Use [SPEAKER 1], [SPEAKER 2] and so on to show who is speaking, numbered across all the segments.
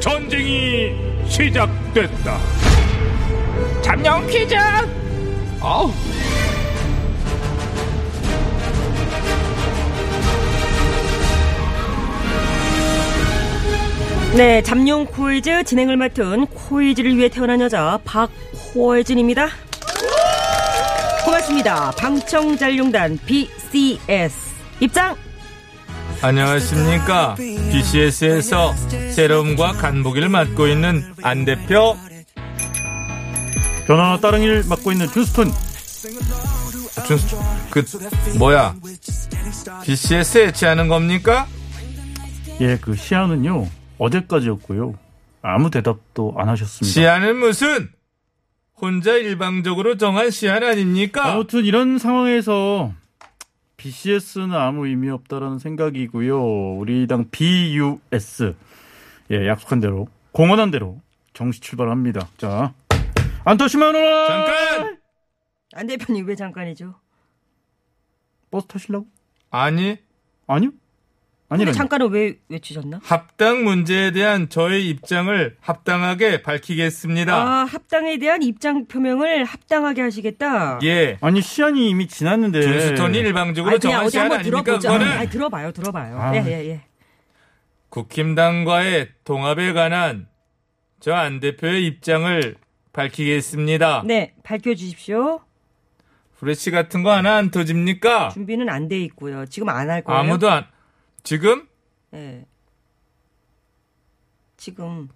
[SPEAKER 1] 전쟁이 시작됐다. 잠룡 퀴즈! 아우.
[SPEAKER 2] 네, 잠룡 코이즈 진행을 맡은 코이즈를 위해 태어난 여자 박호진입니다. 고맙습니다. 방청잘룡단 BCS 입장
[SPEAKER 3] 안녕하십니까. BCS에서 세럼과 간보기를 맡고 있는 안 대표.
[SPEAKER 4] 변화와 따릉이를 맡고 있는 준스톤
[SPEAKER 3] 준, 그, 뭐야. BCS 애치하는 겁니까?
[SPEAKER 4] 예 그 시안은요 어제까지였고요 아무 대답도 안 하셨습니다
[SPEAKER 3] 시안은 무슨? 혼자 일방적으로 정한 시안 아닙니까?
[SPEAKER 4] 아무튼 이런 상황에서 BCS는 아무 의미 없다라는 생각이고요 우리 당 BUS 예 약속한 대로 공언한 대로 정시 출발합니다 자 안토시마노
[SPEAKER 3] 잠깐!
[SPEAKER 2] 안 대표님 왜 잠깐이죠?
[SPEAKER 4] 버스 타실라고?
[SPEAKER 3] 아니,
[SPEAKER 4] 아니요
[SPEAKER 2] 근데
[SPEAKER 4] 아니라
[SPEAKER 2] 잠깐은 왜 외치셨나?
[SPEAKER 3] 합당 문제에 대한 저의 입장을 합당하게 밝히겠습니다.
[SPEAKER 2] 아, 합당에 대한 입장 표명을 합당하게 하시겠다.
[SPEAKER 3] 예.
[SPEAKER 4] 아니 시안이 이미 지났는데
[SPEAKER 3] 준스톤이 일방적으로
[SPEAKER 2] 예. 아니, 그냥
[SPEAKER 3] 정한
[SPEAKER 2] 어디
[SPEAKER 3] 시안
[SPEAKER 2] 한번
[SPEAKER 3] 아닙니까?
[SPEAKER 2] 들어보죠.
[SPEAKER 3] 그거는
[SPEAKER 2] 아니, 들어봐요, 들어봐요.
[SPEAKER 4] 아.
[SPEAKER 2] 예, 예, 예.
[SPEAKER 3] 국힘당과의 통합에 관한 저 안 대표의 입장을 밝히겠습니다.
[SPEAKER 2] 네, 밝혀주십시오.
[SPEAKER 3] 후레쉬 같은 거 하나 안 터집니까?
[SPEAKER 2] 준비는 안 돼 있고요. 지금 안 할 거예요.
[SPEAKER 3] 아무도 안. 지금?
[SPEAKER 2] 예. 지금,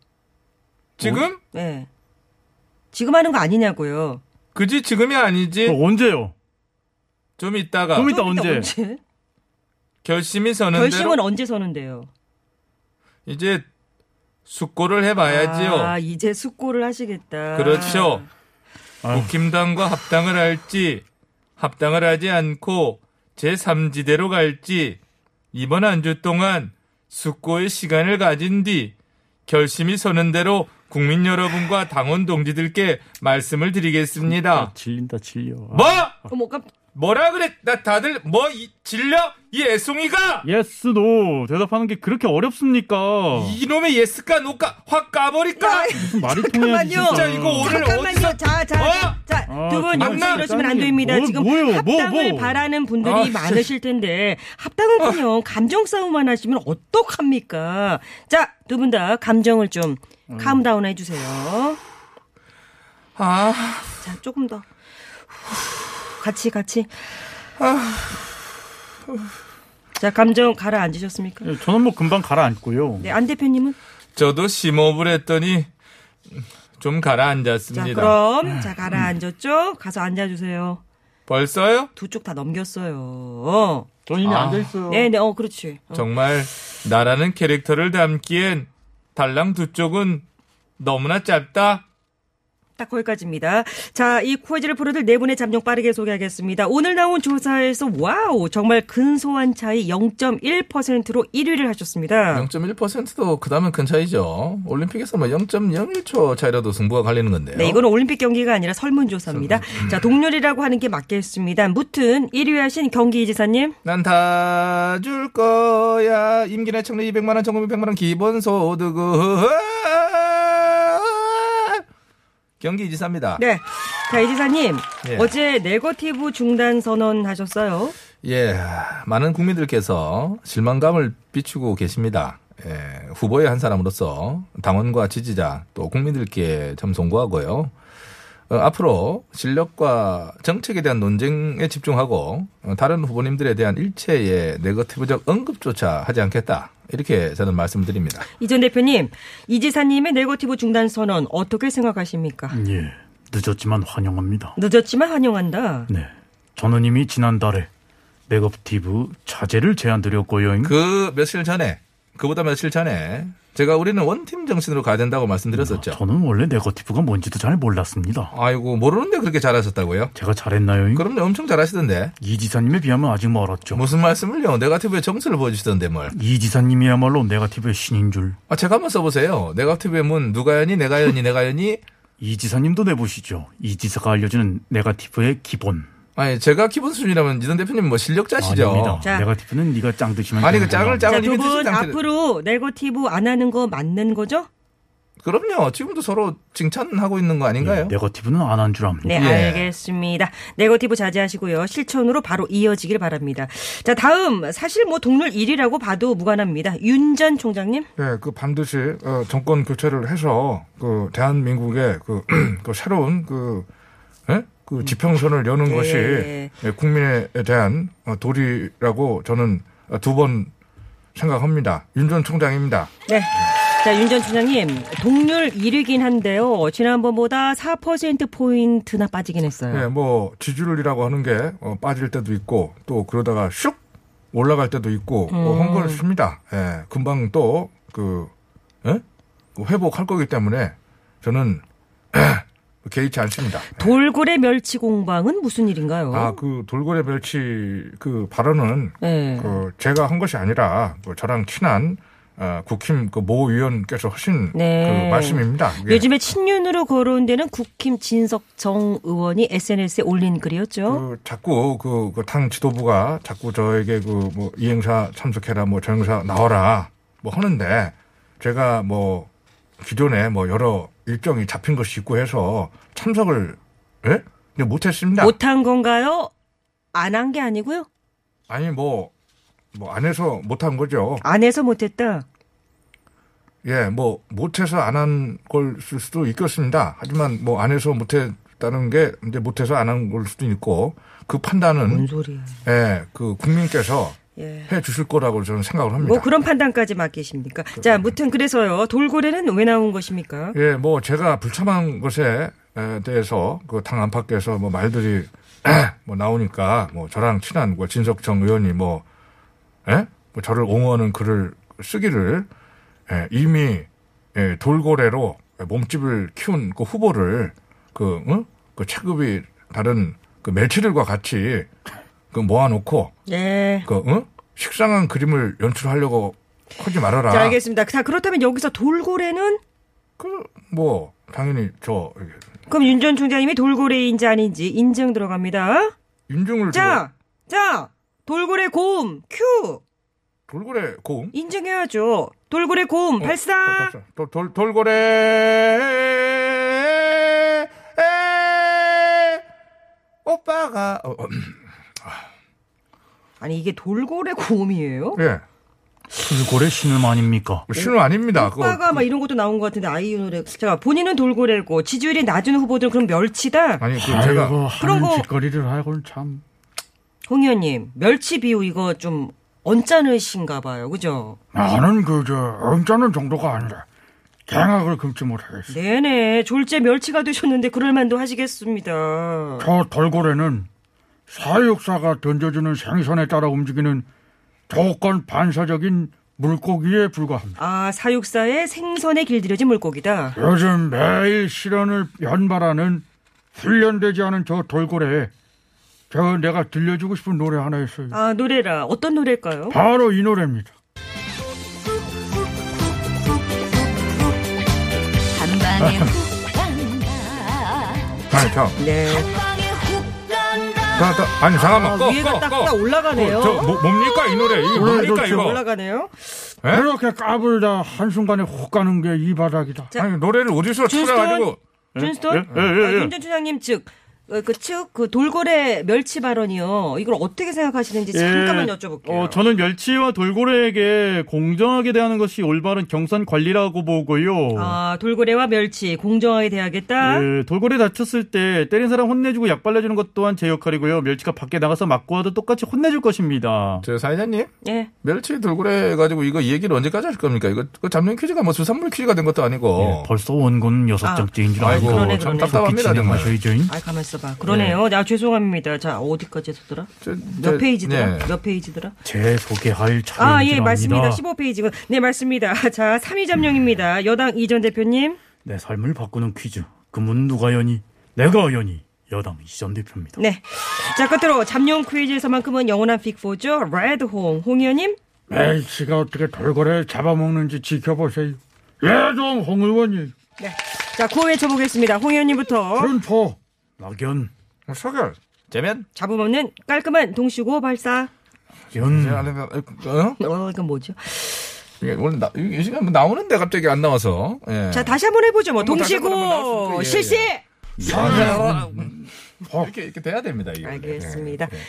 [SPEAKER 3] 지금?
[SPEAKER 2] 예. 지금 하는 거 아니냐고요.
[SPEAKER 3] 그지 지금이 아니지.
[SPEAKER 2] 뭐?
[SPEAKER 4] 그거 언제요?
[SPEAKER 3] 좀 이따가
[SPEAKER 4] 좀 이따
[SPEAKER 2] 좀 이따
[SPEAKER 4] 언제?
[SPEAKER 3] 결심이 서는
[SPEAKER 2] 그 결심은
[SPEAKER 3] 대로
[SPEAKER 2] 언제 서는데요?
[SPEAKER 3] 이제 숙고를 해봐야지요.
[SPEAKER 2] 아, 이제 숙고를 하시겠다.
[SPEAKER 3] 그렇죠.
[SPEAKER 4] 아유.
[SPEAKER 3] 국힘당과 합당을 할지 합당을 하지 않고 제 3지대로 갈지 이번 한 주 동안 숙고의 시간을 가진 뒤 결심이 서는 대로 국민 여러분과 당원 동지들께 말씀을
[SPEAKER 4] 아,
[SPEAKER 3] 드리겠습니다.
[SPEAKER 4] 질린다 질려 아.
[SPEAKER 3] 뭐
[SPEAKER 2] 어머, 깜,
[SPEAKER 3] 뭐라 그래? 나 다들 뭐 이- 질려? 이 애송이가
[SPEAKER 4] 예스 노 대답하는 게 그렇게 어렵습니까?
[SPEAKER 3] 이놈의 예스까 노까 확 까버릴까?
[SPEAKER 4] 무슨 말이 통해야지
[SPEAKER 2] 잠깐만요.
[SPEAKER 3] 진짜 이거 오늘
[SPEAKER 2] 잠깐만요.
[SPEAKER 3] 어디서
[SPEAKER 2] 자, 자,
[SPEAKER 3] 어?
[SPEAKER 2] 자,
[SPEAKER 4] 아,
[SPEAKER 2] 두 분
[SPEAKER 4] 정말
[SPEAKER 2] 여기서 이러시면 안 됩니다.
[SPEAKER 4] 뭐,
[SPEAKER 2] 지금
[SPEAKER 4] 뭐예요? 뭐,
[SPEAKER 2] 합당을
[SPEAKER 4] 뭐.
[SPEAKER 2] 바라는 분들이
[SPEAKER 3] 아, 진짜.
[SPEAKER 2] 많으실 텐데 합당은 그냥
[SPEAKER 4] 아.
[SPEAKER 2] 감정 싸움만 하시면 어떡합니까? 자, 두 분 다 감정을 좀
[SPEAKER 4] 음.
[SPEAKER 2] 카운다운 해주세요.
[SPEAKER 3] 아,
[SPEAKER 2] 자, 조금 더 같이 같이.
[SPEAKER 3] 아.
[SPEAKER 2] 자, 감정 가라앉으셨습니까?
[SPEAKER 4] 예, 저는 뭐 금방 가라앉고요.
[SPEAKER 2] 네, 안 대표님은?
[SPEAKER 3] 저도 심호흡을 했더니 좀
[SPEAKER 2] 자,
[SPEAKER 3] 가라앉았습니다.
[SPEAKER 4] 음.
[SPEAKER 2] 그럼 자 가라앉았죠? 가서 앉아주세요.
[SPEAKER 3] 벌써요?
[SPEAKER 2] 두 쪽 다 넘겼어요.
[SPEAKER 4] 저는 이미
[SPEAKER 3] 아.
[SPEAKER 4] 앉아있어요.
[SPEAKER 2] 네, 네, 어, 그렇지. 어.
[SPEAKER 3] 정말 나라는 캐릭터를 담기엔 달랑 두 쪽은 너무나 짧다.
[SPEAKER 2] 딱 거기까지입니다. 자, 이 코이즈를 풀어들 네 분의 잠룡 빠르게 소개하겠습니다. 오늘 나온 조사에서 와우 정말 근소한 차이 0.1%로 1위를 하셨습니다.
[SPEAKER 5] 0.1%도 그다음은 큰 차이죠. 올림픽에서 뭐 0.01초 차이라도 승부가 갈리는 건데요.
[SPEAKER 2] 네, 이거는 올림픽 경기가 아니라 설문조사입니다. 자, 동률이라고 하는 게 맞겠습니다. 무튼 1위 하신 경기지사님,
[SPEAKER 5] 난 다 줄 거야. 임기내 청래 200만 원, 전금 100만 원 기본 소득. 경기 지사입니다.
[SPEAKER 2] 네, 자 이지사님
[SPEAKER 5] 예.
[SPEAKER 2] 어제 네거티브 중단 선언하셨어요.
[SPEAKER 5] 예, 많은 국민들께서 실망감을 비추고 계십니다. 예, 후보의 한 사람으로서 당원과 지지자 또 국민들께 참 송구하고요. 어, 앞으로 실력과 정책에 대한 논쟁에 집중하고 어, 다른 후보님들에 대한 일체의 네거티브적 언급조차 하지 않겠다. 이렇게 저는 말씀드립니다.
[SPEAKER 2] 이전 대표님, 이지사님의 네거티브 중단 선언 어떻게 생각하십니까?
[SPEAKER 4] 예, 늦었지만 환영합니다.
[SPEAKER 2] 늦었지만 환영한다.
[SPEAKER 4] 네, 저는 이미 지난달에 네거티브 자제를 제안드렸고요.
[SPEAKER 5] 그 며칠 전에 그보다 며칠 전에
[SPEAKER 6] 제가 우리는 원팀 정신으로 가야 된다고 말씀드렸었죠.
[SPEAKER 4] 저는 원래 네거티브가 뭔지도 잘 몰랐습니다.
[SPEAKER 6] 아이고 모르는데 그렇게 잘하셨다고요?
[SPEAKER 4] 제가 잘했나요?
[SPEAKER 6] 그럼요 뭐- 엄청 잘하시던데
[SPEAKER 4] 이 지사님에 비하면 아직 멀었죠.
[SPEAKER 6] 무슨 말씀을요? 네가티브의 정수를 보여주시던데 뭘?
[SPEAKER 4] 이 지사님이야말로 네거티브의 신인 줄.
[SPEAKER 6] 아 제가 한번 써보세요. 네가티브의 문 누가연이 내가연이 내가연이
[SPEAKER 4] 이 지사님도 내보시죠. 이 지사가 알려주는 네거티브의 기본.
[SPEAKER 6] 아니 제가 기본 수준이라면 이전 대표님 뭐 실력자시죠?
[SPEAKER 4] 아닙니다.
[SPEAKER 2] 자.
[SPEAKER 4] 네거티브는 네가 짱 드시면
[SPEAKER 6] 아니,
[SPEAKER 4] 되는
[SPEAKER 6] 그 짱을
[SPEAKER 4] 거야.
[SPEAKER 6] 짱을 이미
[SPEAKER 2] 그러니까 두분
[SPEAKER 6] 드신 상태를-
[SPEAKER 2] 앞으로 네거티브 안 하는 거 맞는 거죠?
[SPEAKER 6] 그럼요. 지금도 서로 칭찬하고 있는 거 아닌가요?
[SPEAKER 4] 네거티브는 안 한 줄 압니다.
[SPEAKER 2] 네,
[SPEAKER 6] 예.
[SPEAKER 2] 알겠습니다. 네거티브 자제하시고요. 실천으로 바로 이어지길 바랍니다. 자, 다음 사실 뭐 동률 1위라고 봐도 무관합니다. 윤 전 총장님.
[SPEAKER 3] 예, 그 반드시 어, 정권 교체를 해서 그 대한민국의 그, 그 새로운 그, 예?
[SPEAKER 4] 음.
[SPEAKER 3] 그 지평선을 여는
[SPEAKER 2] 예.
[SPEAKER 3] 것이 예, 국민에 대한 어, 도리라고 저는 두 번 생각합니다. 윤 전 총장입니다.
[SPEAKER 2] 네. 자, 윤 전 총장님. 동률 1위긴 한데요. 지난번보다 4%포인트나 빠지긴 했어요.
[SPEAKER 3] 예, 뭐 지지율이라고 하는 게 어, 빠질 때도 있고 또 그러다가 슉 올라갈 때도 있고 뭐
[SPEAKER 2] 음.
[SPEAKER 3] 그런 걸 씁니다. 예, 금방 또 그 회복할 거기 때문에 저는 개의치 않습니다. 예.
[SPEAKER 2] 돌고래 멸치 공방은 무슨 일인가요?
[SPEAKER 3] 아, 그 돌고래 멸치 그 발언은
[SPEAKER 2] 어? 네.
[SPEAKER 3] 그 제가 한 것이 아니라 그 저랑 친한 어, 국힘 그 모 의원께서 하신
[SPEAKER 2] 네.
[SPEAKER 3] 그 말씀입니다. 이게
[SPEAKER 2] 요즘에 친윤으로 거론되는 국힘 진석 정 의원이 SNS에 올린 글이었죠.
[SPEAKER 3] 그 자꾸 그 당 지도부가 자꾸 저에게 그 뭐 이행사 참석해라 뭐 저행사 나와라 뭐 하는데 제가 뭐 기존에 뭐 여러 일정이 잡힌 것이 있고 해서 참석을 예? 근데 못했습니다.
[SPEAKER 2] 못한 건가요? 안 한 게 아니고요.
[SPEAKER 3] 아니 뭐 뭐 안 해서 못한 거죠.
[SPEAKER 2] 안 해서 못했다.
[SPEAKER 3] 예, 뭐 못해서 안 한 걸 수도 있겠습니다. 하지만 뭐 안 해서 못했다는 게 이제 못해서 안 한 걸 수도 있고 그
[SPEAKER 2] 뭔
[SPEAKER 3] 판단은
[SPEAKER 2] 소리야.
[SPEAKER 3] 예, 그 국민께서
[SPEAKER 2] 음. 예.
[SPEAKER 3] 해 주실 거라고 저는 생각을 합니다.
[SPEAKER 2] 뭐 그런 판단까지 맡기십니까? 자, 무튼 그래서요. 돌고래는 왜 나온 것입니까?
[SPEAKER 3] 예, 뭐 제가 불참한 것에 에, 대해서 그 당 안팎에서 뭐 말들이 뭐 나오니까 뭐 저랑 친한 뭐 진석정 의원이 뭐, 예? 뭐 저를 옹호하는 글을 쓰기를 예, 이미 예, 돌고래로 몸집을 키운 그 후보를 그, 응? 그 체급이 다른 그 멸치들과 같이 그 모아놓고
[SPEAKER 2] 예.
[SPEAKER 3] 그, 응? 식상한 그림을 연출하려고 하지 말아라.
[SPEAKER 2] 자, 알겠습니다. 자, 그렇다면 여기서 돌고래는
[SPEAKER 3] 그, 뭐, 당연히 저,
[SPEAKER 2] 그럼 윤 전 총장님이 돌고래인지 아닌지 인증 들어갑니다.
[SPEAKER 3] 인중을
[SPEAKER 2] 자, 자, 돌고래 고음 큐
[SPEAKER 3] 돌고래 고음?
[SPEAKER 2] 인증해야죠. 돌고래 고음 어, 발사.
[SPEAKER 3] 돌, 돌, 돌고래. 에, 오빠가. 어, 어,
[SPEAKER 2] 아니 이게 돌고래 고음이에요?
[SPEAKER 3] 예.
[SPEAKER 4] 돌고래 신음 아닙니까?
[SPEAKER 3] 신호 아닙니다. 그거.
[SPEAKER 2] 오빠가 막 이런 것도 나온 것 같은데 아이유 노래. 자, 본인은 돌고래고 지지율이 낮은 후보들은 그럼 멸치다.
[SPEAKER 4] 네,
[SPEAKER 3] 아니, 그 제가.
[SPEAKER 2] 그런 거-
[SPEAKER 4] 짓거리를 하고는 참.
[SPEAKER 2] 홍 의원님 멸치 비유 이거 좀 언짢으신가 봐요, 그죠?
[SPEAKER 4] 나는 그저 엄자는 정도가 아니라 갱악을 금치 못하겠어.
[SPEAKER 2] 네네 졸제 멸치가 되셨는데 그럴 만도 하시겠습니다.
[SPEAKER 4] 저 돌고래는 사육사가 던져주는 생선에 따라 움직이는 조건 반사적인 물고기에 불과합니다.
[SPEAKER 2] 아 사육사의 생선에 길들여진 물고기다.
[SPEAKER 4] 요즘 매일 실현을 연발하는 훈련되지 않은 저 돌고래에 저 내가 들려주고 싶은 노래 하나 있어요.
[SPEAKER 2] 아 노래라 어떤 노래일까요?
[SPEAKER 4] 바로 이 노래입니다.
[SPEAKER 7] 한방에 훅 간다.
[SPEAKER 3] 아니, 저.
[SPEAKER 2] 네.
[SPEAKER 7] 한방에 훅 간다.
[SPEAKER 3] 나, 나, 아니,
[SPEAKER 2] 아,
[SPEAKER 3] 잠깐만. 꺼, 꺼,
[SPEAKER 2] 위에가
[SPEAKER 3] 꺼.
[SPEAKER 2] 딱딱 올라가네요.
[SPEAKER 3] 저, 뭐, 뭡니까, 이 노래? 이거
[SPEAKER 4] 원래
[SPEAKER 3] 뭡니까,
[SPEAKER 4] 그렇죠.
[SPEAKER 3] 이거?
[SPEAKER 2] 올라가네요.
[SPEAKER 3] 에?
[SPEAKER 4] 그렇게 까불다 한순간에 혹 가는 게 이 바닥이다.
[SPEAKER 2] 자,
[SPEAKER 3] 아니, 노래를 어디서
[SPEAKER 2] 줄스톤.
[SPEAKER 3] 찾아가지고.
[SPEAKER 2] 준스톤 아,
[SPEAKER 4] 예, 예, 예, 예.
[SPEAKER 2] 윤전 총장님 어, 즉그측그 돌고래 멸치 발언이요. 이걸 어떻게 생각하시는지 잠깐만 여쭤볼게요.
[SPEAKER 4] 예. 어, 저는 멸치와 돌고래에게 공정하게 대하는 것이 올바른 경산 관리라고 보고요.
[SPEAKER 2] 아 돌고래와 멸치 공정하게
[SPEAKER 6] 아?
[SPEAKER 2] 대하겠다.
[SPEAKER 6] 그
[SPEAKER 4] 예, 돌고래 다쳤을 때 때린 사람 혼내주고 약 발라주는 것 또한 제 역할이고요. 멸치가 밖에 나가서 맞고 와도 똑같이 혼내줄 것입니다.
[SPEAKER 6] 저 사회자님
[SPEAKER 2] 예.
[SPEAKER 6] 멸치 돌고래 가지고 이거 이 얘기를 언제까지 하실 겁니까? 이거 그 잡념 퀴즈가 뭐 수산물 퀴즈가 된 것도 아니고.
[SPEAKER 3] 예,
[SPEAKER 4] 벌써 원고는 여섯
[SPEAKER 2] 아.
[SPEAKER 4] 장째인 줄
[SPEAKER 6] 어. 아이고
[SPEAKER 2] 그러네,
[SPEAKER 6] 참
[SPEAKER 2] 그러네.
[SPEAKER 6] 답답합니다 정말.
[SPEAKER 2] 아 가만 있어 봐.
[SPEAKER 4] 예.
[SPEAKER 2] 그러네요. 아, 죄송합니다. 자, 어디까지 했었더라? 몇 페이지더라?
[SPEAKER 3] 네.
[SPEAKER 2] 몇 페이지더라?
[SPEAKER 6] 제 소개할
[SPEAKER 4] 네,
[SPEAKER 6] 차례입니다.
[SPEAKER 2] 아, 예, 맞습니다. 15페이지군. 네, 맞습니다. 자, 3위 점령입니다. 여당 이전 대표님.
[SPEAKER 6] 내 삶을 바꾸는 퀴즈. 그문 누가 여니? 내가 여니. 여당 이전 대표입니다.
[SPEAKER 2] 네. 자, 끝으로 잠룡 퀴즈에서만큼은 영원한 픽포죠. 레드홍. 홍 의원님.
[SPEAKER 4] 에이, 지가 어떻게 돌고래 잡아먹는지 지켜보세요. 예종 홍 의원이
[SPEAKER 2] 네. 자, 구호 외쳐보겠습니다. 홍 의원님부터.
[SPEAKER 4] 준포
[SPEAKER 6] 낙연.
[SPEAKER 4] 서결.
[SPEAKER 3] 재면?
[SPEAKER 2] 잡음 없는 깔끔한 동시고 발사.
[SPEAKER 4] 예,
[SPEAKER 6] 낙연.
[SPEAKER 3] 어?
[SPEAKER 2] 어, 이건 뭐죠?
[SPEAKER 3] 이게 원래 나, 이 시간 뭐 나오는데 갑자기 안 나와서. 예.
[SPEAKER 4] 아,
[SPEAKER 2] 자, 다시 한번 해보죠. 뭐,
[SPEAKER 3] 다시 한번 나올 수 있고,
[SPEAKER 2] 동시고
[SPEAKER 3] 예,
[SPEAKER 2] 실시!
[SPEAKER 4] 네. 어,
[SPEAKER 3] 이렇게 이렇게 돼야 됩니다. 이게.
[SPEAKER 2] 알겠습니다.
[SPEAKER 3] 예, 예.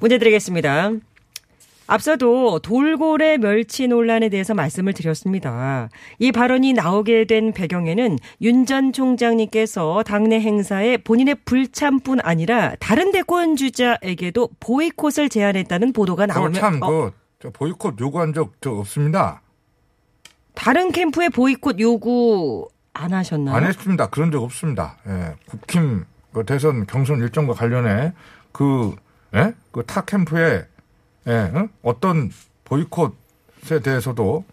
[SPEAKER 2] 문제 드리겠습니다. 앞서도 돌고래 멸치 논란에 대해서 말씀을 드렸습니다. 이 발언이 나오게 된 배경에는 윤 전 총장님께서 당내 행사에 본인의 불참뿐 아니라 다른 대권 주자에게도 보이콧을 제안했다는 보도가
[SPEAKER 4] 그거
[SPEAKER 2] 나오면
[SPEAKER 4] 참,
[SPEAKER 2] 어,
[SPEAKER 4] 그, 저 보이콧 요구한 적 저 없습니다.
[SPEAKER 2] 다른 캠프에 보이콧 요구 안 하셨나요?
[SPEAKER 4] 안 했습니다. 그런 적 없습니다. 예. 국힘 그 대선 경선 일정과 관련해 그, 예? 그타 캠프에 예? 어? 떤 보이콧에 대해서도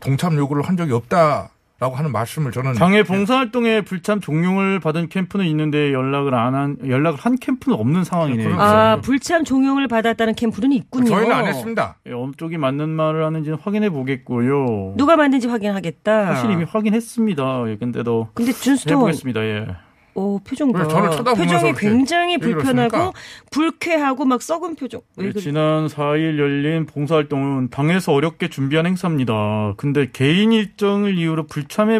[SPEAKER 4] 동참 요구를 한 적이 없다라고 하는 말씀을 저는
[SPEAKER 6] 장애 봉사활동에 불참 종용을 받은 캠프는 있는데 연락을 안 한 연락을 한 캠프는 없는 상황이네요.
[SPEAKER 2] 아, 불참 종용을 받았다는 캠프는 있군요.
[SPEAKER 4] 음. 저희는 안 했습니다.
[SPEAKER 6] 예, 어느 쪽이 맞는 말을 하는지는 확인해 보겠고요.
[SPEAKER 2] 누가 만든지 확인하겠다.
[SPEAKER 6] 사실 이미 확인했습니다. 예, 근데도
[SPEAKER 2] 근데 준스톤
[SPEAKER 6] 해보겠습니다. 예.
[SPEAKER 2] 어, 표정 봐.
[SPEAKER 4] 왜 네, 저를 쳐다보면서
[SPEAKER 2] 표정이
[SPEAKER 4] 그렇게
[SPEAKER 2] 굉장히
[SPEAKER 4] 왜
[SPEAKER 2] 불편하고
[SPEAKER 4] 그러십니까?
[SPEAKER 2] 불쾌하고 막 썩은 표정. 왜
[SPEAKER 6] 예,
[SPEAKER 2] 그래?
[SPEAKER 6] 지난 4일 열린 봉사활동은 당에서 어렵게 준비한 행사입니다. 근데 개인 일정을 이유로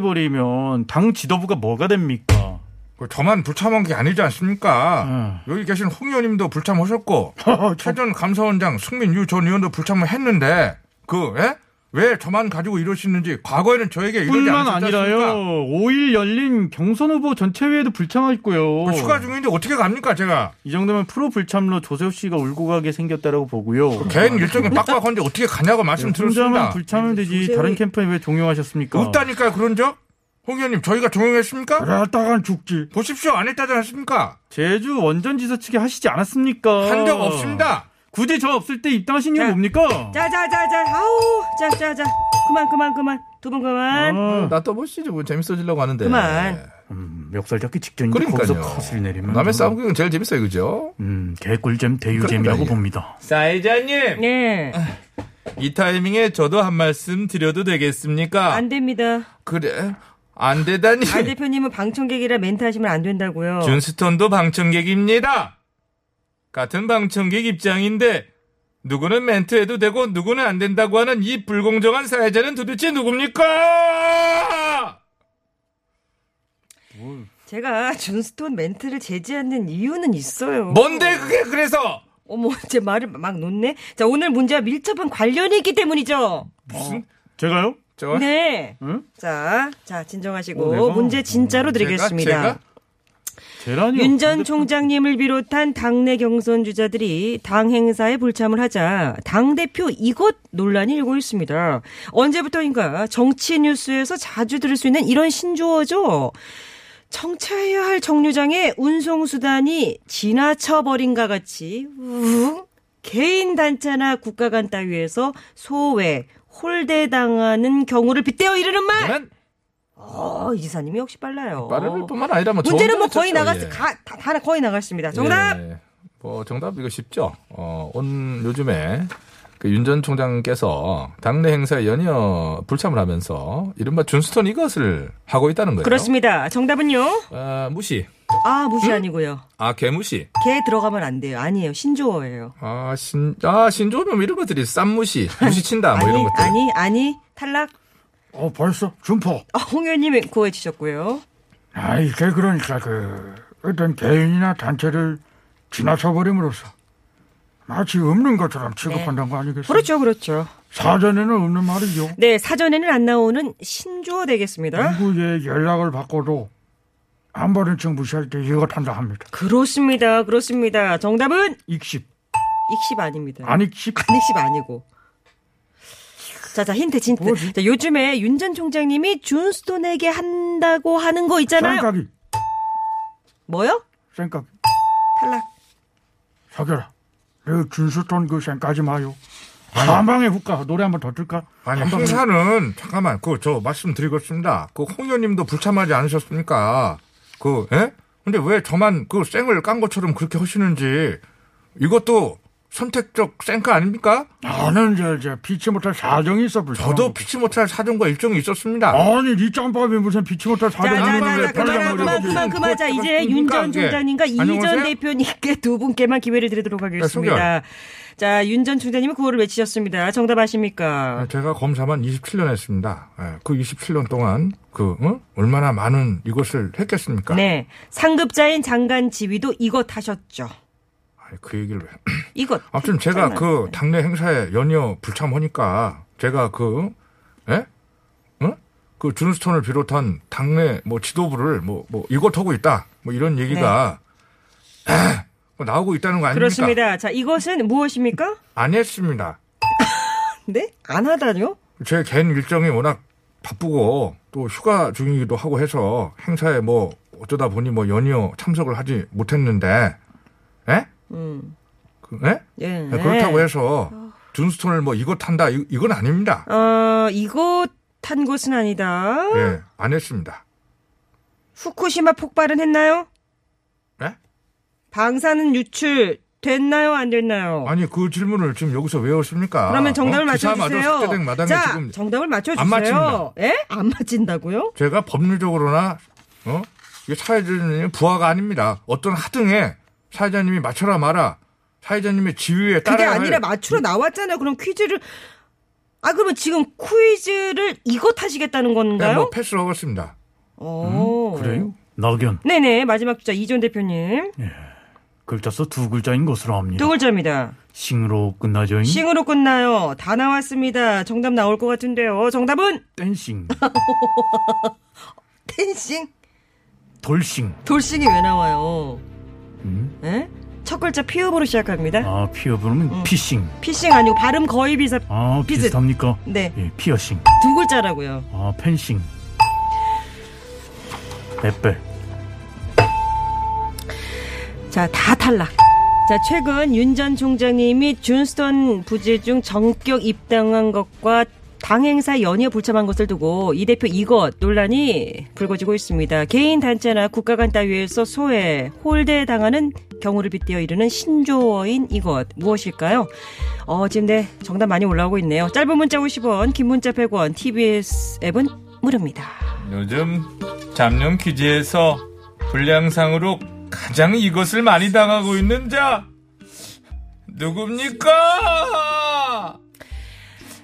[SPEAKER 6] 불참해버리면 당 지도부가 뭐가 됩니까?
[SPEAKER 4] 그 저만 불참한 게 아니지 않습니까?
[SPEAKER 6] 아,
[SPEAKER 4] 여기 계신 홍 의원님도 불참하셨고
[SPEAKER 6] 어,
[SPEAKER 4] 최전 감사원장 승민유 전 의원도 불참을 했는데 그 예? 왜 저만 가지고 이러시는지 과거에는 저에게 이러지
[SPEAKER 6] 뿐만
[SPEAKER 4] 않으셨습니까?
[SPEAKER 6] 아니라요. 5일 열린 경선 후보 전체회의도 불참했고요.
[SPEAKER 4] 그 휴가 중인데 어떻게 갑니까 제가?
[SPEAKER 6] 이 정도면 프로 불참로 조세호 씨가 울고 가게 생겼다라고 보고요.
[SPEAKER 4] 그 개인 일정이 빡빡한데 어떻게 가냐고
[SPEAKER 6] 아, 그 혼자만
[SPEAKER 4] 말씀드렸습니다.
[SPEAKER 6] 불참하면 어. 되지 다른 캠프에 왜 종용하셨습니까?
[SPEAKER 4] 없다니까요 그런 적? 홍 의원님 저희가 종용했습니까?
[SPEAKER 6] 따간 죽지.
[SPEAKER 4] 보십시오 안 했다지 않습니까?
[SPEAKER 6] 제주 원전지사 측에 하시지 않았습니까?
[SPEAKER 4] 한 적 없습니다.
[SPEAKER 6] 굳이 저 없을 때 입당하신 이유
[SPEAKER 2] 자,
[SPEAKER 6] 뭡니까?
[SPEAKER 2] 자자자자. 아우. 자자자. 그만 그만 그만. 두 분 그만.
[SPEAKER 4] 어.
[SPEAKER 6] 아,
[SPEAKER 3] 나 또 보시죠. 뭐 재밌어지려고 하는데.
[SPEAKER 2] 그만.
[SPEAKER 6] 음, 멱살 잡기 직전인데 거기서
[SPEAKER 3] 그러니까요.
[SPEAKER 6] 컷을 내리면
[SPEAKER 3] 남의
[SPEAKER 6] 저는,
[SPEAKER 3] 싸움 구경 제일 재밌어요, 그죠?
[SPEAKER 6] 음, 개꿀잼 대유잼이라고
[SPEAKER 3] 그러니까요.
[SPEAKER 6] 봅니다.
[SPEAKER 8] 사회자님
[SPEAKER 2] 예.
[SPEAKER 4] 아.
[SPEAKER 3] 이 타이밍에 저도 한 말씀 드려도 되겠습니까?
[SPEAKER 2] 안 됩니다.
[SPEAKER 3] 그래. 안 되다니.
[SPEAKER 2] 안 대표님은 방청객이라 멘트 하시면 안 된다고요.
[SPEAKER 3] 준스톤도 방청객입니다. 같은 방청객 입장인데 누구는 멘트해도 되고 누구는 안 된다고 하는 이 불공정한 사회자는 도대체 누굽니까?
[SPEAKER 2] 제가 준스톤 멘트를 제지하는 이유는 있어요.
[SPEAKER 4] 뭐?
[SPEAKER 3] 뭔데 그게 그래서
[SPEAKER 2] 어머, 제 말을 막 놓네. 자, 오늘 문제와 밀접한 관련이 있기 때문이죠.
[SPEAKER 6] 제가요?
[SPEAKER 3] 저
[SPEAKER 2] 네.
[SPEAKER 6] 어? 응?
[SPEAKER 2] 자, 자,
[SPEAKER 6] 어,
[SPEAKER 2] 진정하시고
[SPEAKER 6] 내가?
[SPEAKER 2] 문제 진짜로 드리겠습니다.
[SPEAKER 3] 제가, 제가?
[SPEAKER 6] 제란이
[SPEAKER 2] 윤 전 총장님을 비롯한 당내 경선 주자들이 당 행사에 불참을 하자 당 대표 이것 논란이 일고 있습니다. 언제부터인가 정치 뉴스에서 자주 들을 수 있는 이런 신조어죠. 청차해야 할 정류장의 운송 수단이 지나쳐 버린가 같이 우웅 개인 단체나 국가 간 따위에서 소외 홀대당하는 경우를 빗대어 이르는 말.
[SPEAKER 3] 저는
[SPEAKER 2] 어, 이사님이 역시 빨라요.
[SPEAKER 3] 빠를 뿐만 아니라 뭐
[SPEAKER 2] 어. 문제는 뭐 거의
[SPEAKER 3] 정답을 쳤죠,
[SPEAKER 2] 나갔,
[SPEAKER 3] 예.
[SPEAKER 2] 가, 다, 다 거의 나갔습니다. 정답!
[SPEAKER 3] 예. 뭐 정답 이거 쉽죠. 어, 온 요즘에 그 윤 전 총장께서 당내 행사에 연이어 불참을 하면서 이른바 준스톤 이것을 하고 있다는 거예요.
[SPEAKER 2] 그렇습니다. 정답은요?
[SPEAKER 3] 아, 무시.
[SPEAKER 2] 아, 무시 아니고요.
[SPEAKER 3] 아, 개무시.
[SPEAKER 2] 개 들어가면 안 돼요. 아니에요. 신조어예요.
[SPEAKER 3] 아, 신, 아, 신조면 이런 것들이 쌈무시, 무시친다, 뭐
[SPEAKER 2] 아니,
[SPEAKER 3] 이런 것들.
[SPEAKER 2] 아니, 아니, 탈락.
[SPEAKER 4] 어 벌써 준포.
[SPEAKER 2] 아, 홍현님이 구해주셨고요.
[SPEAKER 4] 아 이게 그러니까 그 어떤 개인이나 단체를 지나쳐 버림으로써 마치 없는 것처럼 취급한다는 거 아니겠어요?
[SPEAKER 2] 그렇죠, 그렇죠.
[SPEAKER 4] 사전에는 없는 말이죠.
[SPEAKER 2] 네, 사전에는 안 나오는 신조어
[SPEAKER 3] 음.
[SPEAKER 2] 되겠습니다.
[SPEAKER 4] 누구의 연락을 받고도 안 받은 척 무시할 때 이것 한다 합니다.
[SPEAKER 2] 그렇습니다, 그렇습니다. 정답은
[SPEAKER 4] 익십
[SPEAKER 2] 익십 네. 아닙니다.
[SPEAKER 4] 안 익십.
[SPEAKER 2] 간익십 아니고. 자, 자, 힌트, 힌트. 자, 요즘에 윤 전 총장님이
[SPEAKER 3] 그러니까
[SPEAKER 2] 준스톤에게 한다고 하는 거 있잖아요.
[SPEAKER 4] 생각이
[SPEAKER 2] 뭐요?
[SPEAKER 4] 생각.
[SPEAKER 2] 탈락.
[SPEAKER 4] 사겨라. 내 진수톤 그 생각하지 마요. 사망의 국가 노래 한 번 더 틀까?
[SPEAKER 3] 아니 행사는 잠깐만 그 저 말씀드리겠습니다. 그 홍 의원님도 불참하지 않으셨습니까? 그 예? 근데 왜 저만 그 쌩을 깐 것처럼 그렇게 하시는지 이것도 선택적 쌩크 아닙니까?
[SPEAKER 4] 나는 이제, 이제 피치 못할 사정이 있어 어. 불쌍한
[SPEAKER 3] 저도
[SPEAKER 4] 거.
[SPEAKER 3] 피치 못할 사정과 일정이 있었습니다.
[SPEAKER 4] 아니 니 짬밥이 무슨 피치 못할 사정이
[SPEAKER 3] 자, 자,
[SPEAKER 2] 자자자자
[SPEAKER 3] 자,
[SPEAKER 2] 그만 그만 그만 그만자 이제 윤 전 총장님과 이 전
[SPEAKER 3] 그러니까 안녕하세요? 네,
[SPEAKER 2] 대표님께 두 분께만 기회를 드리도록 하겠습니다. 자 윤 전 총장님은 구호를 외치셨습니다. 정답 아십니까?
[SPEAKER 3] 제가 검사만 27년 했습니다. 예, 그 27년 동안 그 어? 얼마나 많은 이것을 했겠습니까?
[SPEAKER 2] 네 상급자인 장관 지위도 이것 하셨죠.
[SPEAKER 3] 아니, 그 얘기를 왜?
[SPEAKER 2] 이것.
[SPEAKER 3] 아무튼 제가
[SPEAKER 2] 했잖아요.
[SPEAKER 3] 그 당내 행사에 연이어 불참하니까 제가 그 예? 응? 그 준스톤을 비롯한 당내 뭐 지도부를 뭐 뭐 이것 하고 있다. 뭐 이런 얘기가 뭐 나오고 있다는 거 아닙니까?
[SPEAKER 2] 네. 그렇습니다. 자 이것은 무엇입니까?
[SPEAKER 3] 안 했습니다.
[SPEAKER 2] 네? 안 하다뇨?
[SPEAKER 3] 제 개인 일정이 워낙 바쁘고 또 휴가 중이기도 하고 해서 행사에 뭐 어쩌다 보니 뭐 연이어 참석을 하지 못했는데 예?
[SPEAKER 2] 음.
[SPEAKER 3] 그, 예?
[SPEAKER 2] 예.
[SPEAKER 3] 네, 그렇다고 해서 준스톤을 뭐 이것 한다 이, 이건 아닙니다.
[SPEAKER 2] 어, 이곳 탄 곳은 아니다.
[SPEAKER 3] 예, 안 했습니다.
[SPEAKER 2] 후쿠시마 폭발은 했나요?
[SPEAKER 3] 예?
[SPEAKER 2] 방사능 유출 됐나요? 안 됐나요?
[SPEAKER 3] 아니 그 질문을 지금 여기서 왜 했습니까?
[SPEAKER 2] 그러면 정답을
[SPEAKER 3] 어? 기사마저
[SPEAKER 2] 맞춰주세요.
[SPEAKER 3] 삭제된 마당에
[SPEAKER 2] 자,
[SPEAKER 3] 지금
[SPEAKER 2] 정답을 맞춰주세요.
[SPEAKER 3] 안 맞춥니다.
[SPEAKER 2] 예? 안 맞힌다고요?
[SPEAKER 3] 제가 법률적으로나 어 이게 사회자님의 부하가 아닙니다. 어떤 하등에 사회자님이 맞춰라 마라 사회자님의 지위에 따라
[SPEAKER 2] 그게 아니라 맞추러 나왔잖아요. 그럼 퀴즈를 아 그러면 지금 퀴즈를 이것 하시겠다는
[SPEAKER 3] 네,
[SPEAKER 2] 건가요?
[SPEAKER 3] 뭐 음, 패스를 하겠습니다.
[SPEAKER 2] 어.
[SPEAKER 4] 그래요? 낙연
[SPEAKER 2] 네네 마지막 주자 이전 대표님
[SPEAKER 3] 네.
[SPEAKER 4] 글자 수 두 글자인 것으로 합니다.
[SPEAKER 2] 두 글자입니다.
[SPEAKER 3] 음?
[SPEAKER 4] 싱으로 끝나죠. 잉
[SPEAKER 2] 싱으로 끝나요. 다 나왔습니다. 정답 나올 것 같은데요. 정답은
[SPEAKER 4] 댄싱,
[SPEAKER 2] 텐싱.
[SPEAKER 4] 돌싱.
[SPEAKER 2] 돌싱이 왜 나와요?
[SPEAKER 4] 음?
[SPEAKER 2] 예? 첫 글자 피읍으로 시작합니다.
[SPEAKER 4] 아 피어 부르면 피싱.
[SPEAKER 2] 피싱 아니고 발음 거의 비슷.
[SPEAKER 4] 아
[SPEAKER 2] 음. 비슷.
[SPEAKER 4] 비슷합니까?
[SPEAKER 2] 네.
[SPEAKER 4] 예, 피어싱.
[SPEAKER 2] 두 글자라고요.
[SPEAKER 4] 아 펜싱. 에펠.
[SPEAKER 2] 자, 다 탈락. 자, 최근 윤 전 총장님이 준스턴 부재 중 정격 입당한 것과 당행사 연이어 불참한 것을 두고 이 대표 이것 논란이 불거지고 있습니다. 개인 단체나 국가 간 따위에서 소외, 홀대 당하는 경우를 빗대어 이르는 신조어인 이것 무엇일까요? 어, 지금 네, 정답 많이 올라오고 있네요. 짧은 문자 50원, 긴 문자 100원, TBS 앱은 무료입니다.
[SPEAKER 9] 요즘 잡념 퀴즈에서 불량상으로 가장 이것을 많이 당하고 있는 자 누굽니까?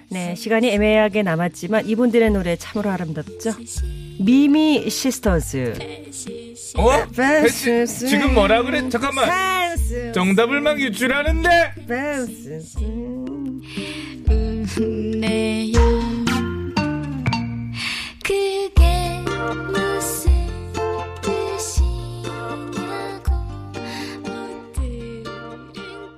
[SPEAKER 2] 네, 시간이 애매하게 남았지만 이분들의 노래 참으로 아름답죠. 미미 시스터즈.
[SPEAKER 9] 어?
[SPEAKER 2] 네.
[SPEAKER 9] 배치, 지금 뭐라 그래? 잠깐만 정답을 막 유출하는데
[SPEAKER 2] 댄스.